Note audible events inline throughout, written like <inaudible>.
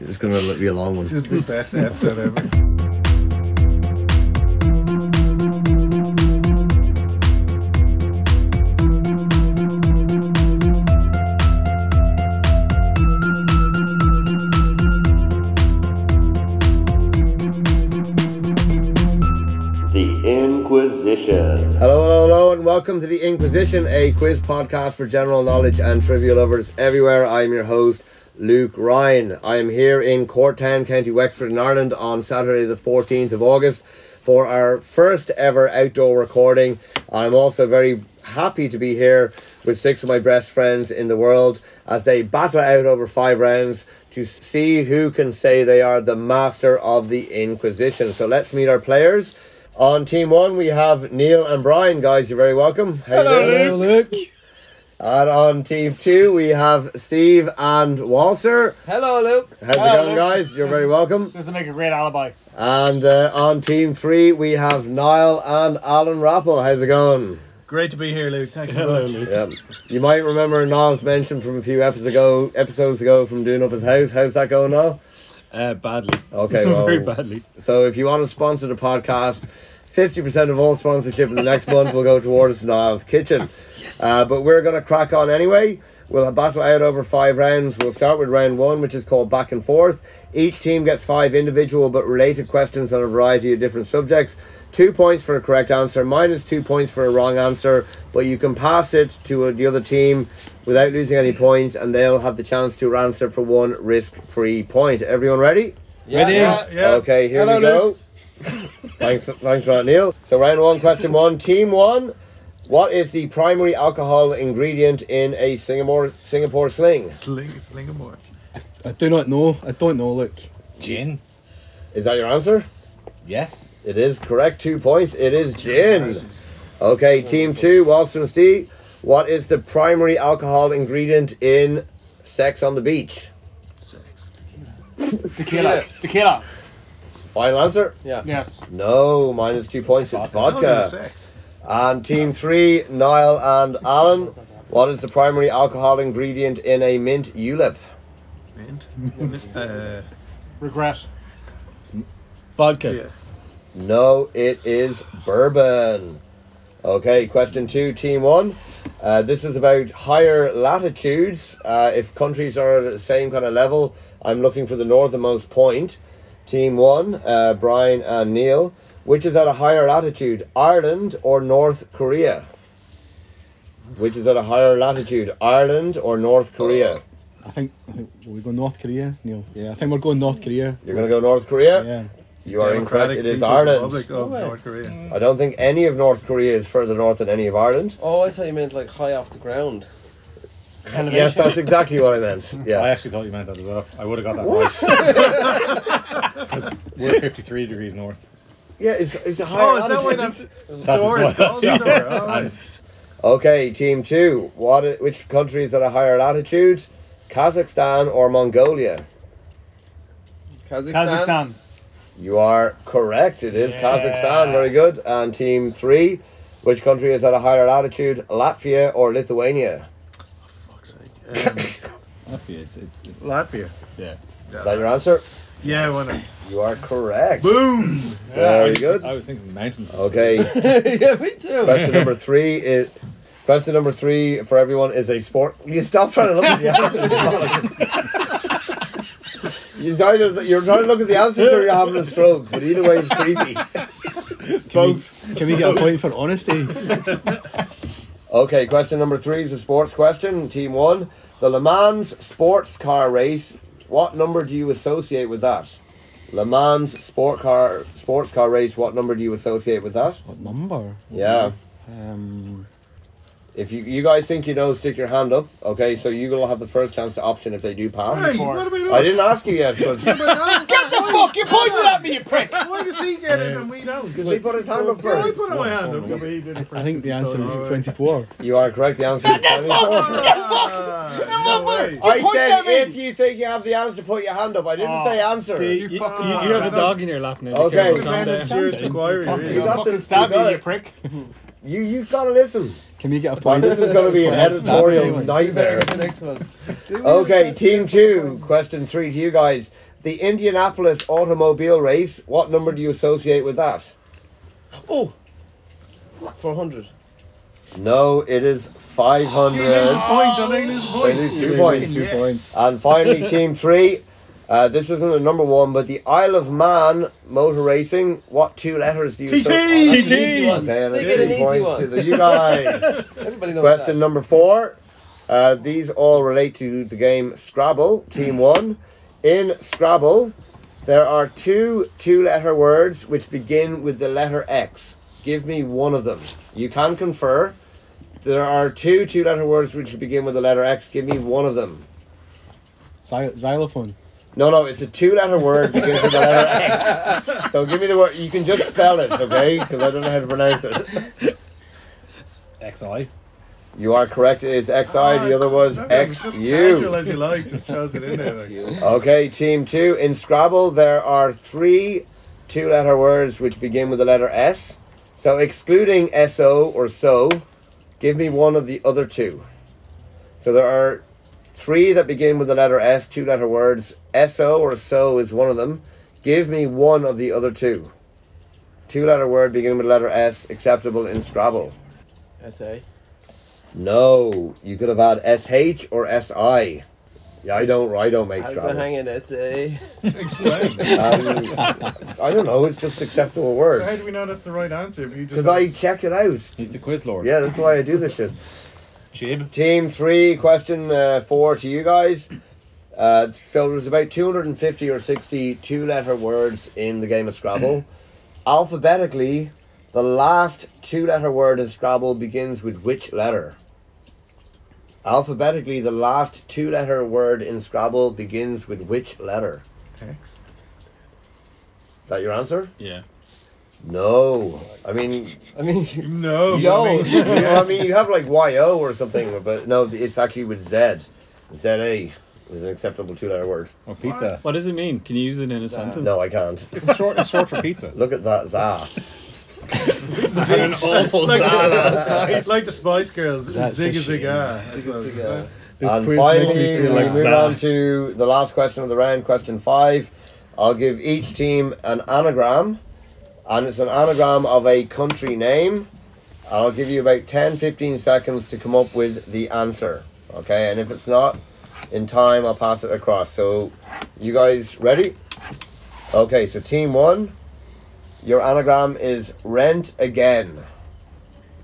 It's going to be a long one. This is the best episode ever. The Inquisition. Hello, hello, hello, and welcome to the Inquisition, a quiz podcast for general knowledge and trivia lovers everywhere. I'm your host, Luke Ryan. I am here in Corktown, County Wexford, in Ireland, on Saturday, the 14th of August, for our first ever outdoor recording. I'm also very happy to be here with six of my best friends in the world as they battle out over five rounds to see who can say they are the master of the Inquisition. So let's meet our players. On team one, we have Neil and Brian. Guys, you're very welcome. How you doing? Hello, Luke. And on team two, we have Steve and Walser. Hello, Luke. How's it going, guys? You're very welcome. This will make a great alibi. And uh, on team three, we have Niall and Alan Rappel. How's it going? Great to be here, Luke. Thanks Hello, Luke. Yeah. You might remember Niall's mention from a few episodes ago, episodes ago from doing up his house. How's that going now? Uh, badly. <laughs> Okay, well, Very badly. So if you want to sponsor the podcast, 50% of all sponsorship in the next month will go towards Niall's Kitchen. Yes. Uh, but we're going to crack on anyway. We'll battle out over five rounds. We'll start with round one, which is called Back and Forth. Each team gets five individual but related questions on a variety of different subjects. Two points for a correct answer, minus two points for a wrong answer, but you can pass it to uh, the other team without losing any points, and they'll have the chance to answer for one risk free point. Everyone ready? Ready? Yeah. Okay, here we go. <laughs> thanks, thanks, for that, Neil. So round one, question one, team one. What is the primary alcohol ingredient in a Singapore Singapore sling? Sling, Slingamore. I do not know. I don't know. Look. Gin. Is that your answer? Yes. It is correct. Two points. It is gin. Okay, team two, Walston and Steve. What is the primary alcohol ingredient in Sex on the Beach? Sex. Tequila. Tequila. Final answer? Yes. No, minus two points. It's I don't know vodka. sex. And team three, Niall and Alan. What is the primary alcohol ingredient in a mint julep? Mint. Mint. <laughs> Uh, Regret. Vodka. yeah. No, it is bourbon. Okay, question two, team one. Uh, this is about higher latitudes. Uh, if countries are at the same kind of level, I'm looking for the northernmost point. Team one, uh, Brian and Neil. Which is at a higher latitude, Ireland or North Korea? Which is at a higher latitude, Ireland or North Korea? I think, I think will we go North Korea, Neil. Yeah, I think we're going North Korea. You're going to go North Korea? Yeah. You are incorrect. Democratic It is People's Ireland. Mm. Republic of North Korea. I don't think any of North Korea is further north than any of Ireland. Oh, I thought you meant like high off the ground. Yes, that's exactly what I meant. I Yeah. actually thought you meant that as well. I would have got that right. Because we're 53 degrees north. <laughs> Yeah, it's, it's a higher Oh, is that why altitude. that That is store is called what- store? <laughs> All Oh. right. And Okay, team two. What? i- Which country is at a higher latitude? Kazakhstan or Mongolia? Kazakhstan. Kazakhstan. You are correct. It is Kazakhstan. Very good. And team three. Which country is at a higher latitude? Latvia or Lithuania? Fuck's sake. Um, Happy. It's, it's, it's, Latvia. yeah. Is that your answer? Yeah, uh, I wanna. You are correct. Boom! Very good. I was thinking mountains. Okay. <laughs> yeah, me too. Question number three is. Question number three for everyone is a sport. You stop trying to look at the answers. you either you're trying to look at the answers or you're having a stroke. But either way, it's creepy. Both. Can we get a point for honesty? Okay, question number three is a sports question. Team one, the Le Mans sports car race. What number do you associate with that? Le Mans sport car sports car race. What number do you associate with that? what number? Yeah. Um, If you, you guys think you know, stick your hand up. Okay, so you will have the first chance to option if they do pass. Hey, what about us? I didn't ask you yet, but <laughs> Get the Fuck, you pointed at me, you prick. Why does he get it and we don't? he put his hand up Well, I first. put my hand up. I, I think the answer is 24. You are correct. The answer is 24. Ah, no way. I Point said at me. if you think you have the answer, put your hand up. I didn't Oh, say answer. you, fucking you- you have a bastard. dog in your lap now. Okay. Carol, calm Independent Church Inquiry, really. You You got fucking this, stab you got me, you it. prick. You you gotta listen. Can we get a Man, point? this is gonna be an That's not editorial anyone. nightmare. The next one. Okay, team two. Question three to you guys. The Indianapolis automobile race, what number do you associate with that? Oh! 400. No, it is 500. they lose a They point. lose two Two points. Two points. And finally, Team 3. Uh, this isn't a number one, but the Isle of Man motor racing. What two letters do you TT. asso- That's an easy one. Okay, and They it's get an two easy points one. to the- you guys. <laughs> Everybody knows Question that. number four. Uh, these all relate to the game Scrabble, Hmm. Team One. In Scrabble, there are two two letter words which begin with the letter X. Give me one of them. You can confer. There are two two letter words which begin with the letter X. Give me one of them. Xy- xylophone. No, no, it's a two letter word begins with the letter X. So give me the word. You can just spell it, okay? Because I don't know how to pronounce it. XI. You are correct. It's XI. Ah, the other was XU. Casual as you like, just throws it in there. Like. Okay, team two. In Scrabble, there are three two letter words which begin with the letter S. So, excluding SO or SO, give me one of the other two. So, there are three that begin with the letter S, two letter words. SO or SO is one of them. Give me one of the other two. Two letter word beginning with the letter S, acceptable in Scrabble. SA. No, you could have had SH or SI. Yeah, I don't, I don't make How's Scrabble. that hanging SA? Explain. Um, I don't know. It's just acceptable How words do we know that's the right answer if you just because I check it out. He's the quiz lord. Yeah, that's why I do this <laughs> shit. Jib. Team three, question uh, four to you guys. Uh, so there's about 250 or 60 two-letter words in the game of <clears throat> Scrabble. Alphabetically, the last two-letter word in Scrabble begins with which letter? Alphabetically, the last two-letter word in Scrabble begins with which letter? X. Is that your answer? Yeah. No. I mean, <laughs> I mean, <laughs> No. yo! I mean, well, I mean, you have like YO or something, but no, it's actually with Z. ZA is an acceptable two letter word. Or pizza. What does it mean? Can you use it in a sentence? No, I can't. It's short. It's short for pizza. Look at that, <laughs> that. an awful it's like the Spice Girls. That's a Zig shame. Zigga. Zigga. This and quiz finally, makes me feel we like move Zara. on to the last question of the round, question five. I'll give each team an anagram, and it's an anagram of a country name. I'll give you about 10 15 seconds to come up with the answer. Okay, and if it's not in time, I'll pass it across. So, you guys ready? Okay, so team one, your anagram is rent again.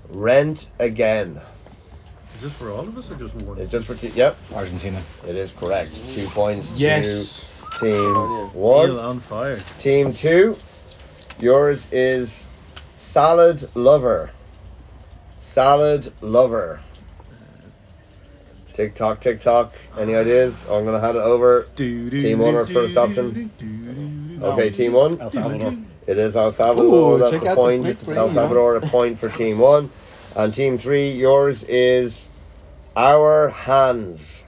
Rent again. Is this for all of us or just one? It's just for, te- yep, Argentina. it is correct. Two points. Yes. To team Feel one. on fire. Team two. Yours is salad lover. Salad lover. Tick tock, tick tock. Any ideas? I'm gonna hand it over. Team one or first option? Okay, team one. El Salvador. It is El Salvador. Oh. Ooh, That's check a out the point. quick brain, El man. Salvador, a point for team one. And team three, yours is our hands.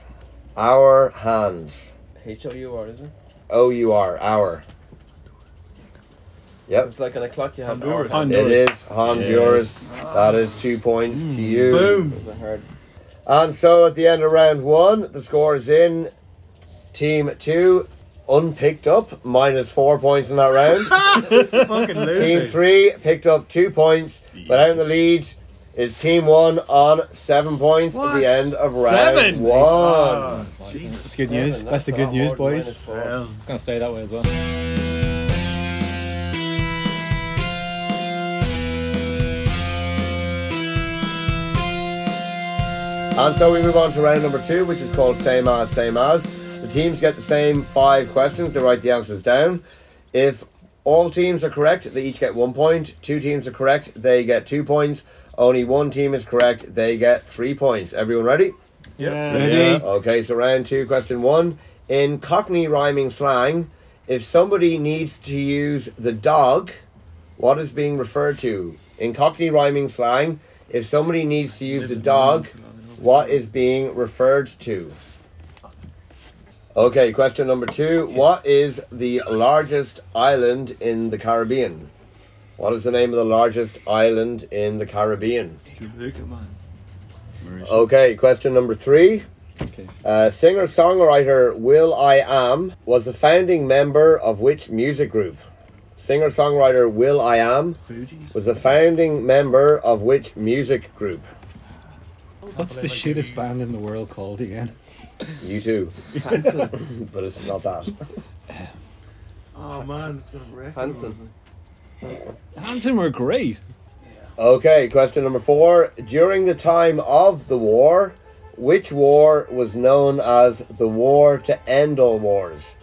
Our hands. H O U R, isn't it? O U R, hour. Yep. It's like on a clock you have Honduras. Hmm. hours. It is Honduras. That is two points to you. Boom. It's a hard- And so at the end of round one, the score is in. Team two, unpicked up, minus four points in that <laughs> round. Fucking team losers. three picked up two points, but out in the lead is team one on seven points at What? the end of round Seven? one. Ah, That's good Seven, news. That's the a good lot news, more than minus boys. four. well. It's gonna stay that way as well. And so we move on to round number two, which is called Same As, Same As. The teams get the same five questions. They write the answers down. If all teams are correct, they each get one point. Two teams are correct, they get two points. Only one team is correct, they get three points. Everyone ready? Ready? Okay, so round two, question one. In Cockney rhyming slang, if somebody needs to use the dog, what is being referred to? In Cockney rhyming slang, if somebody needs to use the dog, what is being referred to? Okay, question number two. What is the largest island in the Caribbean? What is the name of the largest island in the Caribbean? Jamaica, man. Okay, question number three. Okay. Uh, Singer songwriter Will I Am was a founding member of which music group? Singer songwriter Will I Am Fugees. was a founding member of which music group? What's the shittest band in the world called again? You too. Hanson. <laughs> But it's not that. Oh man, it's gonna wreck. Hanson. Hanson were great. Okay, question number four. During the time of the war, which war was known as the War to End All Wars?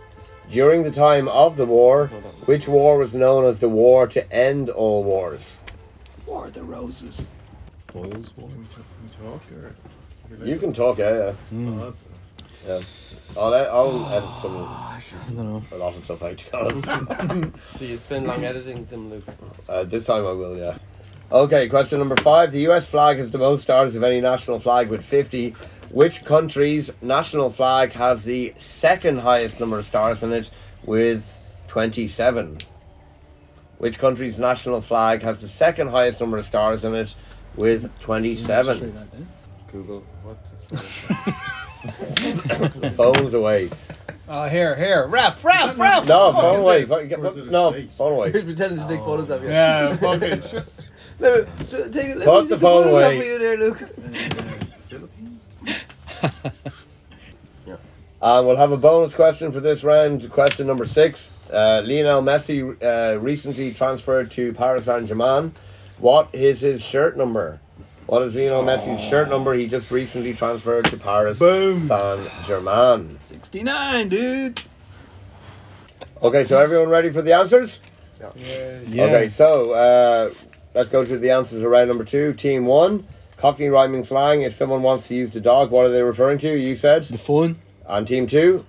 During the time of the war, which war was known as the War to End All Wars? War of the Roses. Boyle's War. Can we talk- can we talk here? You can talk, yeah, yeah. Oh, that's nice. Yeah. I'll, I'll edit some <sighs> I don't know. a lot of stuff out. to be honest. So you spend long editing them, Luke. <laughs> uh, this time I will, yeah. Okay, question number five. The U.S. flag has the most stars of any national flag with fifty. Which country's national flag has the second highest number of stars in it with twenty-seven? Which country's national flag has the second highest number of stars in it with twenty-seven? Google. What? <laughs> Phones away. Oh, here, here. Ref, ref, ref. No, phone away. this? Or is it a No, snake? phone You're away. pretending to take photos of you. Yeah, fucking shit. Let me, sh- take, let Put the me take phone a photo away. of you there, Luke. Philippines? And Uh, we'll have a bonus question for this round. Question number six. Uh, Lionel Messi uh, recently transferred to Paris Saint Germain. What is his shirt number? What is Lionel Messi's shirt number? He just recently transferred to Paris Boom. Saint Germain. 69, dude. Okay, so everyone ready for the answers? Yeah. Okay, so uh, let's go to the answers of round number two. Team one Cockney rhyming slang. If someone wants to use the dog, what are they referring to? You said. The phone. And team two,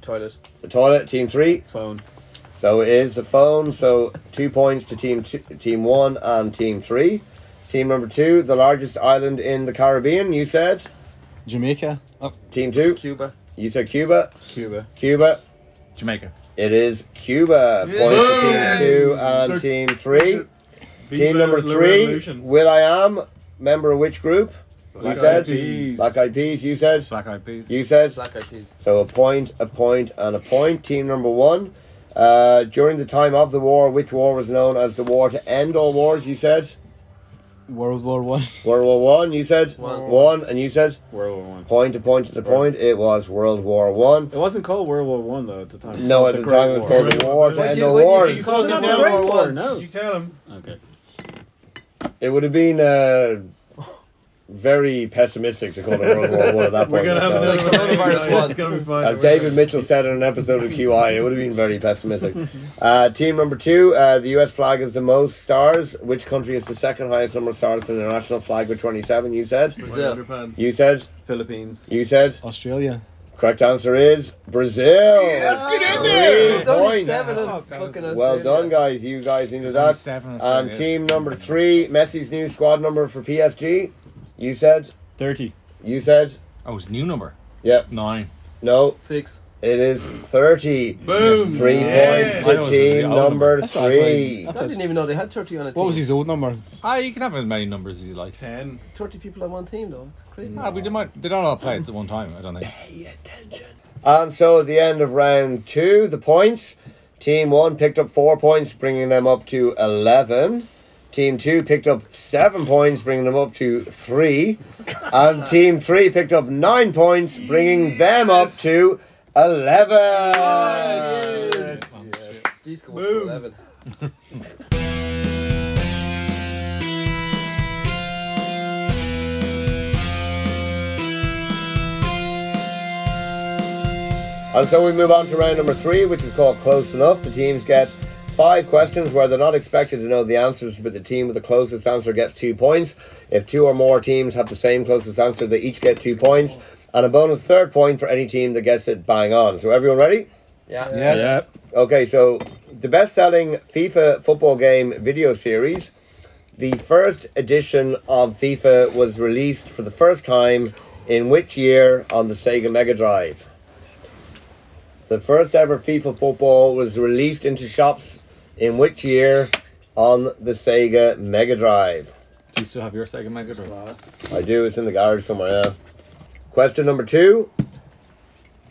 Toilet. the toilet. Team three, Phone. So it is the phone. So two points to team two, team one and team three. Team number two, the largest island in the Caribbean. You said Jamaica. Oh, team two. Cuba. You said Cuba. Cuba. Cuba. Jamaica. It is Cuba. Points to team Yes! two and So- team three. Viva Team number la three, revolution. Will I Am, member of which group? You Black said Eyed Peas. Black Eyed Peas. You said Black Eyed Peas. you said Black Eyed Peas. So a point, a point, and a point. Team number one. Uh, during the time of the war, which war was known as the war to end all wars? You said World War One. <laughs> World War One. You said One. and you said World War One. point, a point, and a point. It was World War One. It wasn't called World War One though at the time. No, It's at the Great time it was War. called the war to What end you- all what you- wars. Call it It's not the the Great World War. War. No. You tell him. Okay. It would have been uh, very pessimistic to call it World War One at that We're point. gonna have So- another coronavirus coronavirus one. It's gonna be fine. As David Mitchell said in an episode of QI, it would have been very pessimistic. Mm-hmm. Uh, team number two, uh, the US flag has the most stars. Which country has the second highest number of stars in the national flag with 27? You said? Brazil. Underpants. You said? Philippines. You said? Australia. Correct answer is Brazil. let's get in there. There's only Point. seven on Oh, that was- fucking Well Australia. done, guys. You guys into that. Seven And team number three, Messi's new squad number for PSG. You said? Thirty. You said? Oh, it's new number. Yep. Nine. No. Six. It is 30. Boom. Three Yes. points I to was team the old number That's what I three. thought. I didn't even know they had 30 on a team. What was his old number? Ah, you can have as many numbers as you like. Ten. 30 people on one team, though. It's crazy. Ah, but they might. They don't all play at the one time. I don't think. And Um, so at the end of round two, the points. Team one picked up four points, bringing them up to 11. Team two picked up seven points, bringing them up to three. And team three picked up nine points, bringing them up to 11. These go up to 11. And so we move on to round number three, which is called Close Enough. The teams get five questions where they're not expected to know the answers, but the team with the closest answer gets two points. If two or more teams have the same closest answer, they each get two points, and a bonus third point for any team that gets it bang on. So, everyone ready? Yeah. Yes. Okay, so the best selling FIFA football game video series. The first edition of FIFA was released for the first time in which year on the Sega Mega Drive? The first ever FIFA football was released into shops in which year on the Sega Mega Drive? Do you still have your Sega Mega Drive? I do, it's in the garage somewhere, yeah. Question number two.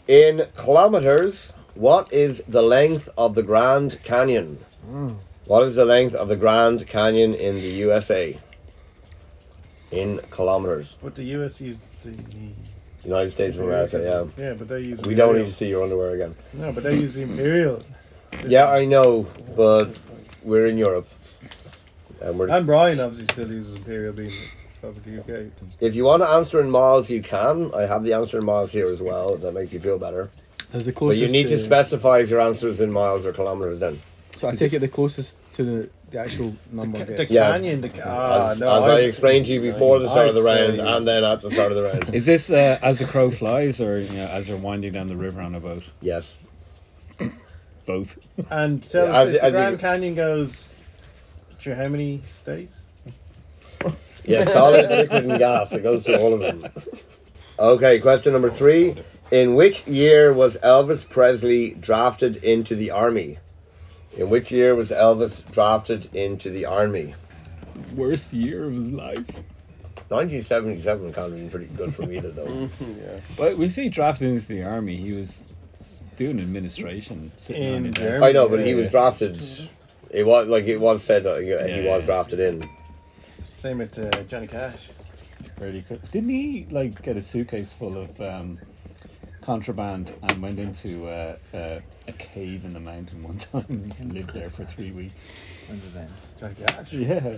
In kilometers, what is the length of the Grand Canyon? What is the length of the Grand Canyon in the USA? In kilometers, But the US used the. United States of America. Yeah, Yeah, but they use. we don't need imperial. to see your underwear again. No, but they use the imperial. Yeah, I know, but we're in Europe, and we're. And Brian obviously still uses imperial being over the UK. if you want to answer in miles, you can. I have the answer in miles here as well. If that makes you feel better. Is the But closest you need to specify if your answer is in miles or kilometers. Then, So I take it the closest to the, the actual number. The gets. Yeah. canyon, the ah, as, as no, I, explained to you before the start of the I'd say round, and then at the start of the <laughs> round. Is this uh, as a crow flies, or you know, as they're winding down the river on a boat? Yes. Both. And tell Yeah, us I if thi- I the think- Grand Canyon goes to how many states? Yeah, solid, liquid, and gas. It goes through all of them. Okay, question number three. In which year was Elvis Presley drafted into the army? In which year was Elvis drafted into the army? Worst year of his life. 1977 kind of been pretty good for me, though. But we see drafted into the army. He was doing administration. sitting In on a desk. Germany. I know, but he was drafted. It was like it was said that he he Yeah. was drafted in. Same with uh, Johnny Cash. Pretty good. Didn't he like get a suitcase full of um, contraband and went into uh, uh, a cave in the mountain one <laughs> time and lived there for three weeks? Johnny Cash. Yeah.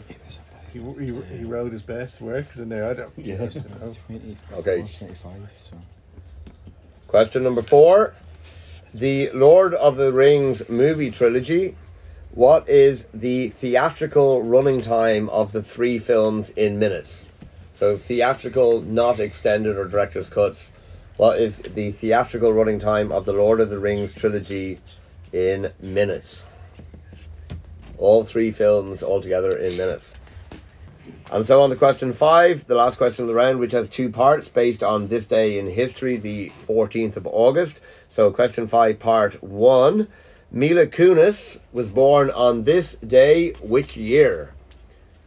He, he, he wrote his best works in there. I don't Yeah. I don't <laughs> know. 20 Okay. or 25, so. Question number four. The Lord of the Rings movie trilogy. What is the theatrical running time of the three films in minutes? So, theatrical, not extended or director's cuts. What is the theatrical running time of the Lord of the Rings trilogy in minutes? All three films altogether in minutes. And so on to question five, the last question of the round, which has two parts based on this day in history, the 14th of August. So, question five, part one Mila Kunis was born on this day, which year?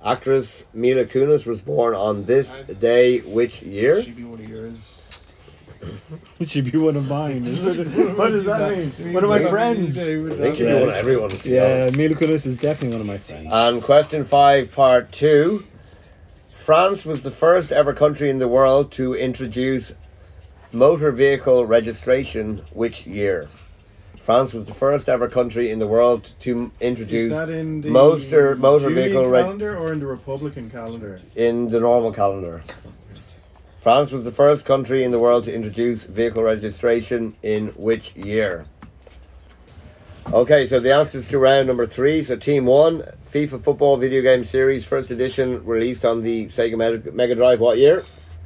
Actress Mila Kunis was born on this day, which year? She'd be one of yours. Would she be one of mine? Is it? <laughs> what does that mean? One of my friends. I think she knew one of everyone. to be Yeah, Mila Kunis is definitely one of my friends. And question five, part two. France was the first ever country in the world to introduce motor vehicle registration which year? France was the first ever country in the world to Is introduce that in the motor, motor Julian vehicle reg- calendar or in the Republican <laughs> calendar? in the normal calendar. France was the first country in the world to introduce vehicle registration in which year? Okay, so the answers to round number three. So, Team One, FIFA Football Video Game Series, first edition, released on the Sega Mega- Mega Drive, what year?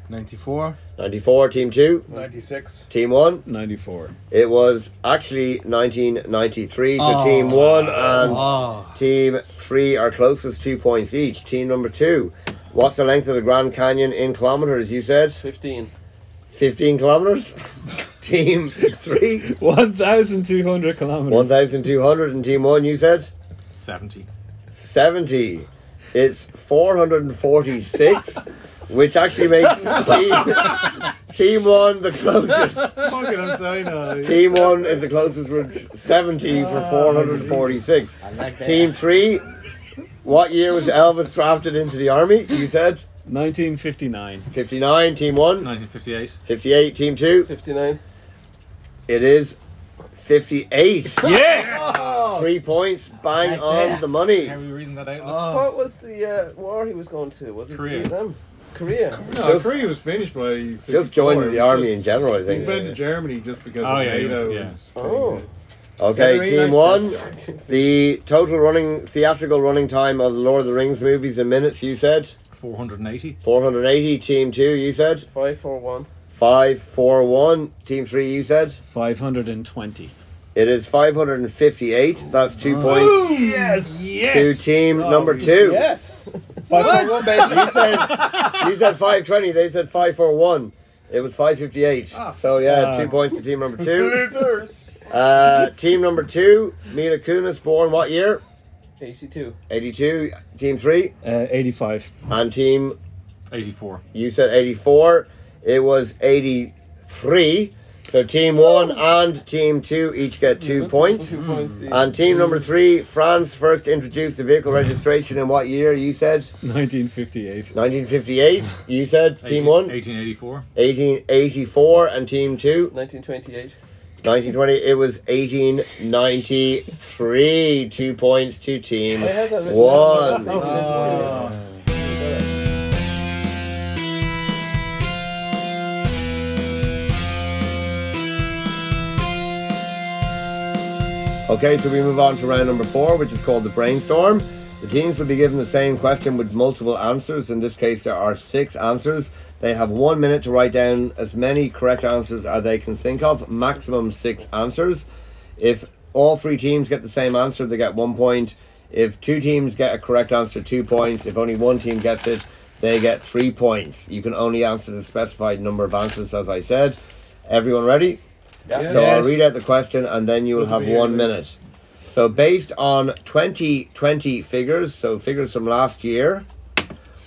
94. 94. Team Two, 96. Team One. 94. It was actually 1993. So, Oh. Team One and Ah, Team three are closest, two points each. Team number two, what's the length of the Grand Canyon in kilometers? You said 15. 15 kilometers. <laughs> team three, 1,200 kilometers. 1,200. And team one, you said 70. 70. It's 446, which actually makes team, team one the closest. Fuck it, I'm saying uh, now. Team one is the closest with 70 for 446. Team three, what year was Elvis drafted into the army? You said. 1959. 59, team one. 1958. 58, team two. 59. It is 58. Ah, Yes! Three points, bang on the money. Can we reason that out? What was the uh, war he was going to? Was it Korea. Vietnam? Korea. <laughs> No, Just- Korea was finished by. 54. Just joined the It was army just- in general, I He think. went to Germany just because Oh, of yeah, NATO. yeah. was- Oh. Okay, Very team nice one. test. The total running theatrical running time of the Lord of the Rings movies in minutes, you said 480. 480. Team two, you said 541. 541. Team three, you said 520. it is 558. That's two points Yes! Yes! to team number two. <laughs> Yes. you said you said five twenty. They said five four one. It was five fifty eight. so yeah, fuck. two points to team number two. Uh, team number two, Mila Kunis, born what year? 82. Eighty two. Team three Uh, 85. and team 84. you said eighty four. It was 83. So team one and team two each get two points. Two points. the- And team number three, France first introduced the vehicle registration in what year? You said 1958. 1958. You said team one 1884. 1884, and team two 1928. 1920. It was 1893. Two points to team I had that written down. one. That's 1892. Okay, so we move on to round number four, which is called the brainstorm. The teams will be given the same question with multiple answers. In this case, there are six answers. They have one minute to write down as many correct answers as they can think of, maximum six answers. If all three teams get the same answer, they get one point. If two teams get a correct answer, two points. If only one team gets it, they get three points. You can only answer the specified number of answers, as I said. Everyone ready? Yeah. So Yes. I'll read out the question and then you will have beer one then. minute. So, based on 2020 figures, so figures from last year,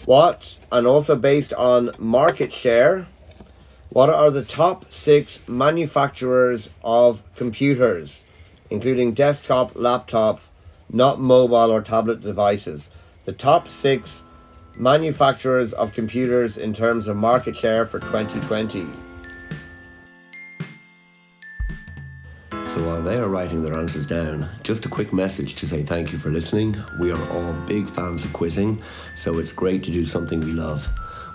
what, and also based on market share, what are the top six manufacturers of computers, including desktop, laptop, not mobile or tablet devices? The top six manufacturers of computers in terms of market share for 2020. So while they are writing their answers down, just a quick message to say thank you for listening. We are all big fans of quizzing, so it's great to do something we love.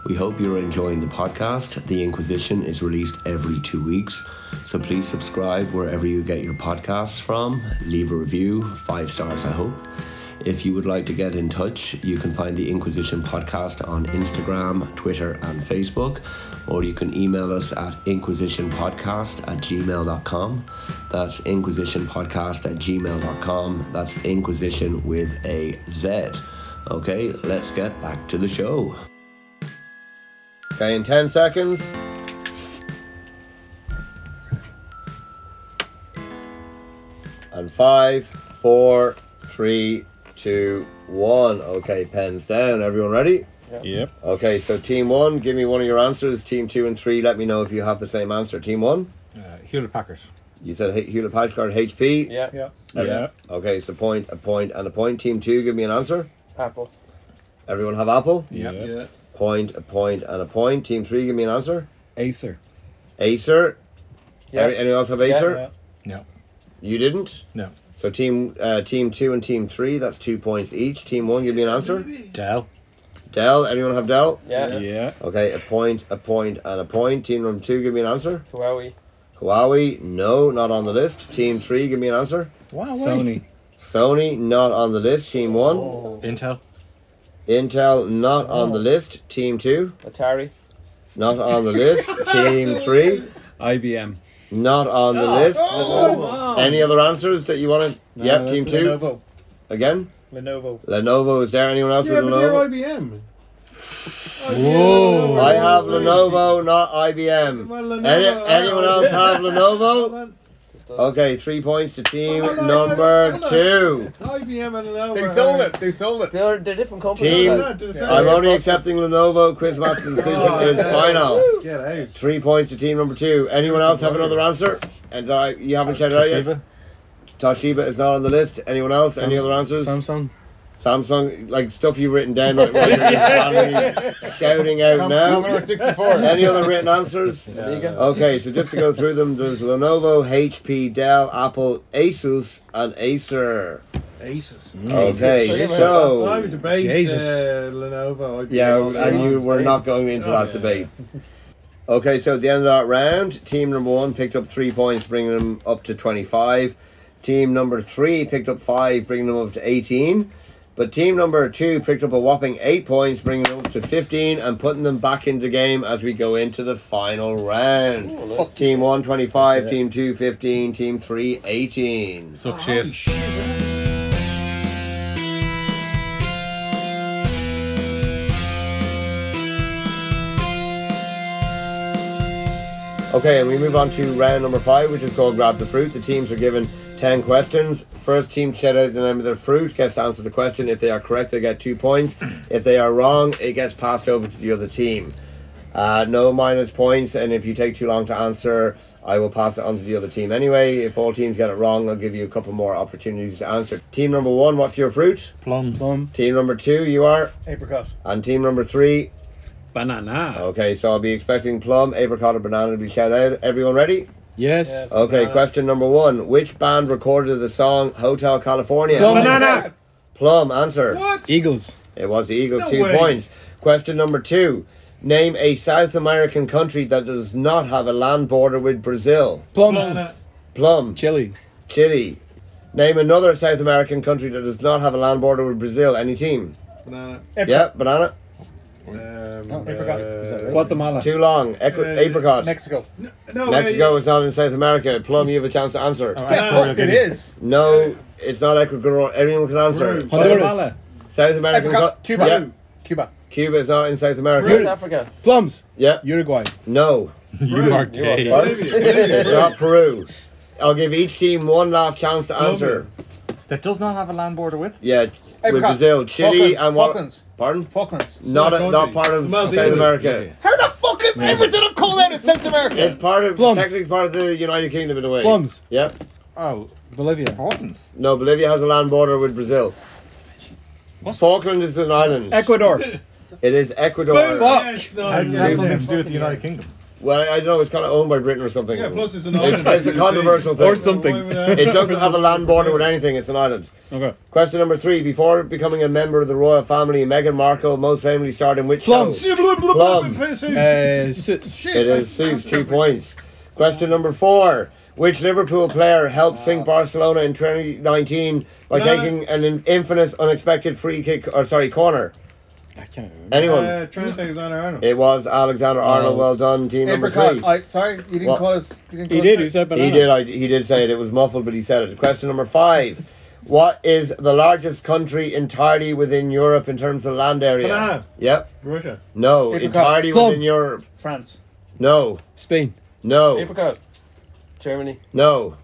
We hope you're enjoying the podcast. The Inquisition is released every two weeks, so please subscribe wherever you get your podcasts from. Leave a review, five stars, I hope. If you would like to get in touch, you can find the Inquisition podcast on Instagram, Twitter, and Facebook, or you can email us at inquisitionpodcast at gmail.com. That's inquisitionpodcast at gmail.com. That's Inquisition with a Z. Okay, let's get back to the show. Okay, in 10 seconds. And five, four, three, two, one. Okay, pens down. Everyone ready? Yep. Okay, so team one, give me one of your answers. Team two and three, let me know if you have the same answer. Team one, Uh, Hewlett Packard. you said H- Hewlett Packard HP. Yeah. Yeah. Oh, Yeah. Okay, so point, a point, and a point. Team two, give me an answer. Apple. Everyone have Apple. Yeah. Yeah. Point, a point, and a point. Team three, give me an answer. Acer. Acer. Yeah. Every- anyone else have Yeah. Acer? No. You didn't. No. So team, uh, team two and team three, that's two points each. Team one, give me an answer. Dell. Dell. Anyone have Dell? Oh, yeah. Yeah. Okay, a point, a point, and a point. Team number two, give me an answer. Huawei. Huawei, no, not on the list. Team three, give me an answer. Wow. Oh, Sony. Sony, not on the list. Team one. Oh. Oh. Intel. Intel, not on the list. Team two, Atari. not on the <laughs> list. Team three, IBM. not on Oh. the list. Lenovo. Any other answers that you want to? yep, team two. Lenovo. Again, Lenovo. Lenovo. Is there anyone else Yeah, with but they're Lenovo? IBM. Oh, Whoa. I have Lenovo. Lenovo, not IBM. Well, Lenovo, Any, I- anyone else have Lenovo? Just those- Okay, three points to team Hold on, number hold on. two. IBM and Lenovo. They are- sold it. They sold it. They're, they're different companies. Teams. guys. They're the same. I'm only accepting Lenovo. Quizmaster decision Oh, is yeah. final. Get out. Three points to team number two. Anyone else have another answer? And uh, you haven't checked it out yet. Toshiba. Toshiba is not on the list. Anyone else? Any other answers? Samsung. Samsung, like stuff you've written down right while you're randomly shouting out now. Commodore <laughs> 64. Any other written answers? Amiga. Okay, so just to go through them, there's Lenovo, HP, Dell, Apple, Asus, and Acer. Asus. Okay, Jesus. Well, I so would debate Jesus. Uh, Lenovo. IBM, Yeah, all and those. you were not going into that Oh, yeah. debate. Okay, so at the end of that round, team number one picked up three points, bringing them up to 25. Team number three picked up five, bringing them up to 18. But team number two picked up a whopping eight points, bringing them up to 15 and putting them back into the game as we go into the final round. team one, 25, team two, 15, team three, 18. Suck shit. Okay, and we move on to round number five, which is called Grab the Fruit. The teams are given 10 questions. First team to shout out the name of their fruit gets to answer the question. If they are correct, they get two points. If they are wrong, it gets passed over to the other team. Uh, no minus points, and if you take too long to answer, I will pass it on to the other team anyway. If all teams get it wrong, I'll give you a couple more opportunities to answer. Team number one, what's your fruit? Plums. Team number two, you are. Apricot. And team number three, Banana. okay, so I'll be expecting plum, apricot, or banana to be shout out. Everyone ready? Yes. Yeah. Okay, Uh, Banana. question number one. Which band recorded the song Hotel California? Plums. Banana. Plum, answer. Eagles. It was the Eagles, No two way. points. Question number two. Name a South American country that does not have a land border with Brazil. Plums. Plum, Chile. Chile. Name another South American country that does not have a land border with Brazil. Any team? Banana. Yeah, banana. Um, apricot. uh, Is that right? Guatemala. Too long. Equ- Uh, apricot. Mexico. No, uh, Mexico is not in South America. Plum, you have a chance to answer. All right, Yeah, Florida, fuck, give it me- is. No, it's not Ecuador. Everyone can answer. Peru. Honduras. Guatemala. South American. Apricot. co- Cuba. Yeah, Cuba. Cuba is not in South South America. Africa. Plums. Yeah, Uruguay. no. You are gay. What? Bolivia, Bolivia. It's not Peru. I'll give each team one last chance to answer. That does not have a land border with. Yeah, with Apricot. Brazil, Chile, Falklands. and what? Falklands. Pardon? Falklands. Not not a a, not country. part of Maldives. South America. How the fuck is everything I've called out is South America? It's part of Plums. technically part of the United Kingdom in a way. Plums. Yep. Oh, Bolivia. Falklands. No, Bolivia has a land border with Brazil. Falkland is an island. <laughs> Ecuador. it is Ecuador. Boom. Yes, no, How does that yeah. have something to do with the United Kingdom? Well, I don't know. It's kind of owned by Britain or something. Yeah, plus it's an It's- island. it's a you see. controversial thing. Or something. Why would I- it doesn't have a land border with anything. It's an island. <laughs> Okay. Question number three: Before becoming a member of the royal family, Meghan Markle most famously starred in which Plums. show? Yeah, blah, blah, blah, Plum. blah, suits. Uh, suits. Shit, It I- is Sue's two points. Question number four. Which Liverpool player helped sink Barcelona in 2019 by No. taking an in- infinite, unexpected free kick, or sorry, corner? I can't remember. Anyone? Uh, Trent Alexander Arnold. it was Alexander Arnold. Well done, team number Apricot. three. I, sorry, you didn't What? call us. You didn't He call did. us He said banana. He did. I, he did say it. It was muffled, but he said it. Question number five. What is the largest country entirely within Europe in terms of land area? Banana. Yep. Russia. No. Apricot. Entirely Plum. within Europe. France. No. Spain. No. Apricot. Germany. No.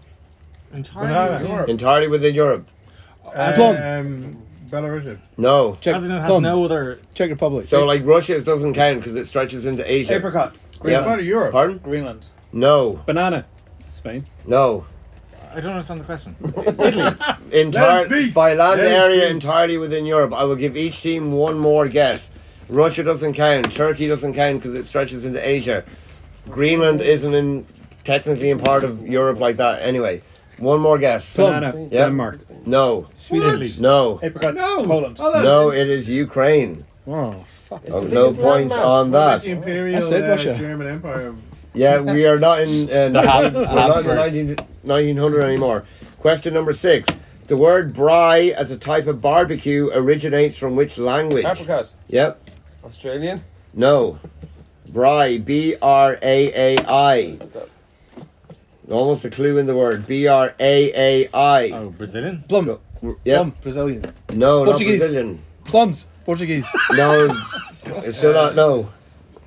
Banana. Entirely. Entirely within Europe. Uh, Um, Belarusia. No. Czech. As in, it has Plum. no other. Czech Republic. So like Russia doesn't count because it stretches into Asia. Apricot. Which Yeah. part of Europe? Pardon? Greenland. No. Banana. Spain. No. I don't understand the question. Let him Entire speak. by land Let him area speak. entirely within Europe. I will give each team one more guess. Russia doesn't count. Turkey doesn't count because it stretches into Asia. Greenland isn't in technically in part of Europe like that anyway. One more guess. Banana. Yeah. Denmark. No. Sweden. Italy. No. Apricot. No. Oh, Poland. Oh. Hold on. No, it is Ukraine. Oh, It's Oh, the no biggest points landmass. on That's that. the imperial I said uh, Russia. German <laughs> Empire. uh, Yeah, we are not in, uh, Hab- we're not in the 19, 1900 anymore. Question number six. The word braai as a type of barbecue originates from which language? Apricot. Yep. Australian. No. Braai. B R A A I. Almost a clue in the word. B R A A I. Oh, Brazilian. Plum. Yep. Plum. Brazilian. No, not Portuguese. Brazilian. Plums. <laughs> Portuguese. No. It's still not. No.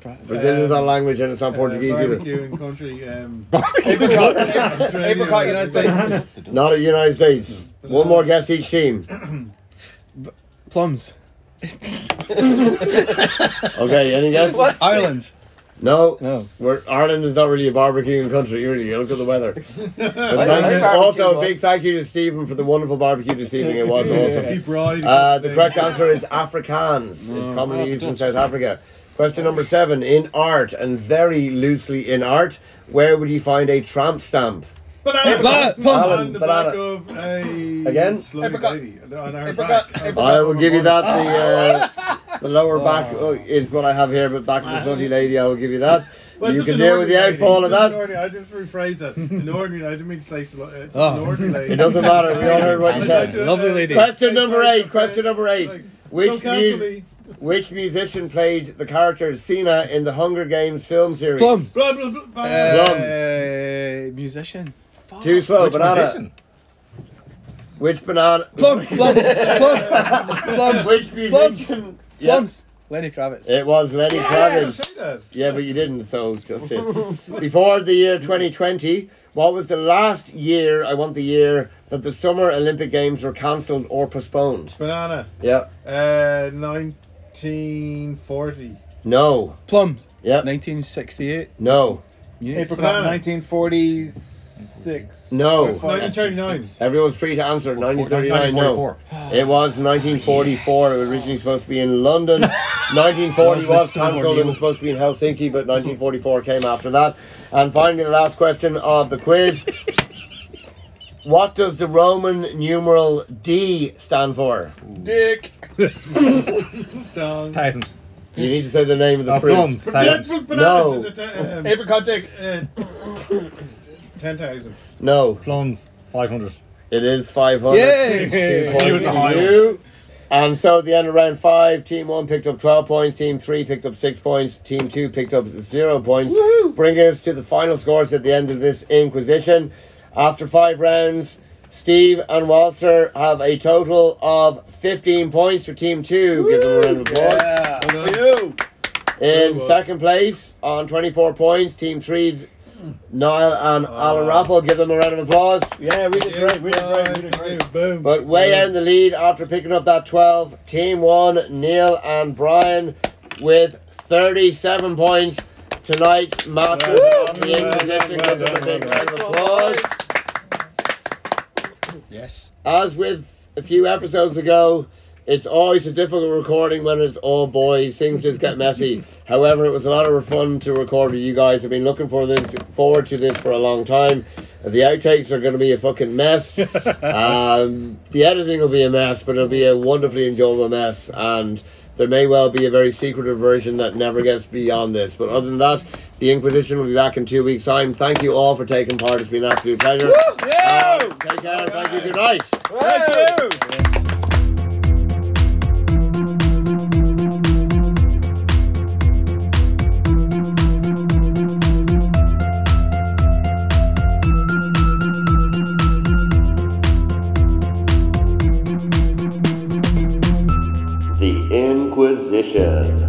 Bra- Brazilian is not a language and it's not Portuguese uh, either. barbecue and country. <laughs> Um, Apricot, United States. Not the United States. One more guess each team. Plums. Okay, any guess? What's Ireland. No. No. We're, Ireland is not really a barbecuing country, really. You look at the weather. But thank like you- barbecue also, a once. big thank you to Stephen for the wonderful barbecue this evening. It was awesome. Be bride. Uh, the correct answer is Afrikaans. It's commonly used in South Africa. Question number seven. In art, and very loosely in art, where would you find a tramp stamp? Banana. Banana. On the Banana. back of a Again? slutty Apricot. lady on her Apricot. back. Apricot. I will give you that. The uh, the lower back uh, is what I have here, but back of the bloody lady, I will give you that. Well, you just can an deal with the ordinary outfall of lady. Just an that. ordinary- I just rephrase <laughs> that. An ordinary. I didn't mean to say slut. It's an Oh. ordinary lady. It doesn't matter. We all heard what you I'd said. like to, uh, Lovely lady. Question number Sorry, eight. sorry. Question number eight. Like, Which don't cancel mus- me. which musician played the character Cena in the Hunger Games film series? Plums. Blah, blah, blah, blah. Uh, musician. Too slow, Which banana. musician? Which banana? Plum. Plum. Plum. Plums. Which Plums. musician? Yep. Plums. Lenny Kravitz. It was Lenny Yeah, Kravitz. say that. Yeah, but you didn't, so it's just it. Before the year 2020, what was the last year, I want the year, that the Summer Olympic Games were cancelled or postponed? Banana. Yeah. Uh, 1940. No. Plums. Yep. 1968. No. Yeah. Apricot Banana. 1946. No. Or five. 1939. Everyone's free to answer. 1939, no. 1944. It was 1944. It was originally supposed to be in <laughs> London. 1940 was cancelled. It was supposed to be in Helsinki, <laughs> but 1944 came after that. And finally, the last question of the <laughs> quiz. What does the Roman numeral D stand for? Dick. Thousand. You need to say the name of the Uh, fruit. plums. Thousand. No. Apricot dick. Ten thousand. No, Plums. 500. it is 500. It was a high to one. you. And so at the end of round five, team one picked up 12 points, team three picked up six points, team two picked up zero points, bringing us to the final scores at the end of this inquisition. After five rounds, Steve and Walser have a total of 15 points for team two. Give them a round of applause. In second place, on 24 points, team three, Niall and Alan Rappel. Give them a round of applause. Yeah, we did great. We did great. We did great. Boom. But way out in the lead after picking up that 12, Team 1, Neil and Brian with 37 points. Tonight's Masters of the Inquisition. Give them a big round of applause. Yes. As with a few episodes ago, it's always a difficult recording when it's all boys. Things just get messy. However, it was a lot of fun to record with you guys. I've been looking for this, forward to this for a long time. The outtakes are going to be a fucking mess. um, the editing will be a mess, but it'll be a wonderfully enjoyable mess. And there may well be a very secretive version that never gets beyond this. But other than that, the Inquisition will be back in two weeks' time. Thank you all for taking part. It's been an absolute pleasure. Uh, take care. Thank you. Good night. Thank you. The Inquisition.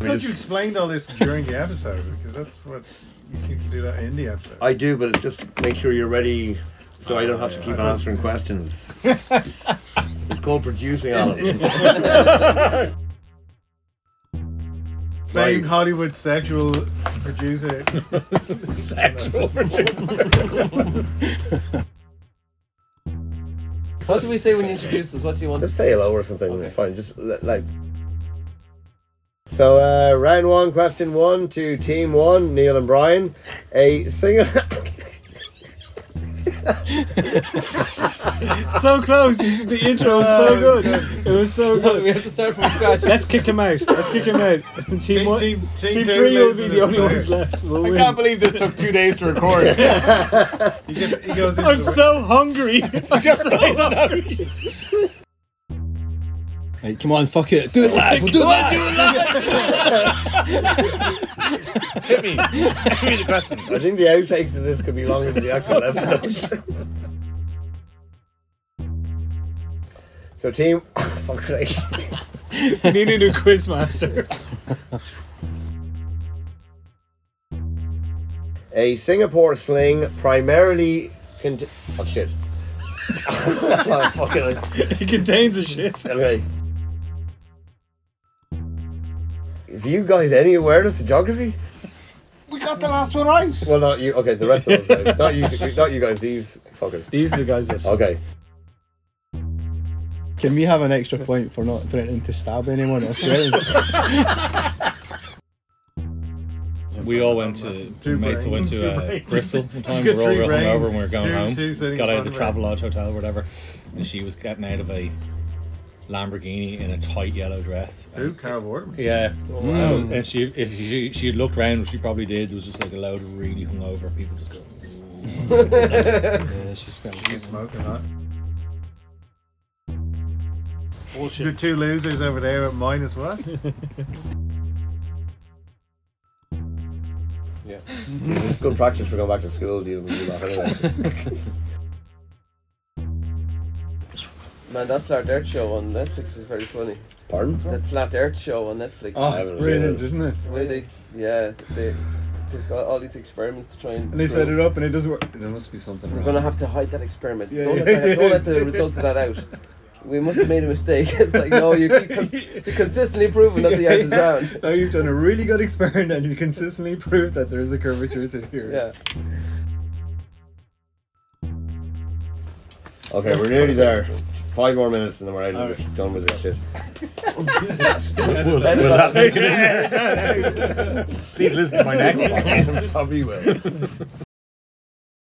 I thought you explained all this during the episode because that's what you seem to do that in the episode. I do, but it's just make sure you're ready so I don't have to keep answering questions. it's called producing, Alan. Fame Hollywood sexual producer. What did we say when you introduced us? What do you want? Just say hello or something. it's Fine, just li- like. So, uh, round one, question one to team one, Neil and Brian. A single. So close. The intro was so good. It was so We good. have to start from scratch. Let's kick him out. Let's kick him out. Team, one, team, team, three will be the only ones left. We'll win. believe this took two days to record. He, gets, he goes into I'm the- so <laughs> hungry. I just made that out. Hey, come on, fuck it. Do it live. We'll do it live. Hit me. Hit me the question. I think the outtakes of this could be longer than <laughs> the actual episode. so, team. <laughs> Fuck's sake. <laughs> We need a new quiz master. <laughs> A Singapore sling primarily. Cont- oh, shit. <laughs> oh, fucking. It contains a shit. Okay. Have you guys any awareness of geography? we got the last one right. Well, not you. Okay, the rest of those guys. <laughs> Not you. Not you guys. These fuckers. These are the guys that. suck. Okay. Can we have an extra point for not threatening to stab anyone or swearing? We all went to, Two mates went brains. to Two uh, brains. <laughs> Bristol one time. She's We got were all three real hungover brains. and we were going Two- home. two sitting got out on of the the ground. Travelodge Hotel or whatever. And she was getting out of a Lamborghini in a tight yellow dress. Ooh, Carl Waterman. Yeah. Mm. And- And she, if she, she had looked around, which she probably did, there was just like a load of really hungover people just going, yeah, she's You smells. smoking hot. Bullshit. The two losers over there at minus what? It's good practice for going back to school. Dealing with you lot anyway. Man, that Flat Earth show on Netflix is very funny. Pardon? That Flat Earth show on Netflix. Oh, it's brilliant, isn't it? Where they, yeah, they, they've got all these experiments to try and. And they set prove. it up and it doesn't work. There must be something We're wrong. gonna have to hide that experiment. Yeah, don't, yeah, <laughs> let the, yeah. don't let the results of that out. we must have made a mistake. <laughs> It's like, no, you keep cons- <laughs> you're consistently proving that the Earth is round. Now you've done a really good experiment and you consistently proved that there is a curvature to here. Yeah. Okay, we're nearly there. Five more minutes and then we're out of this. Done with this shit. Will that, will that <laughs> make it in there? Please listen to my next one. Probably will.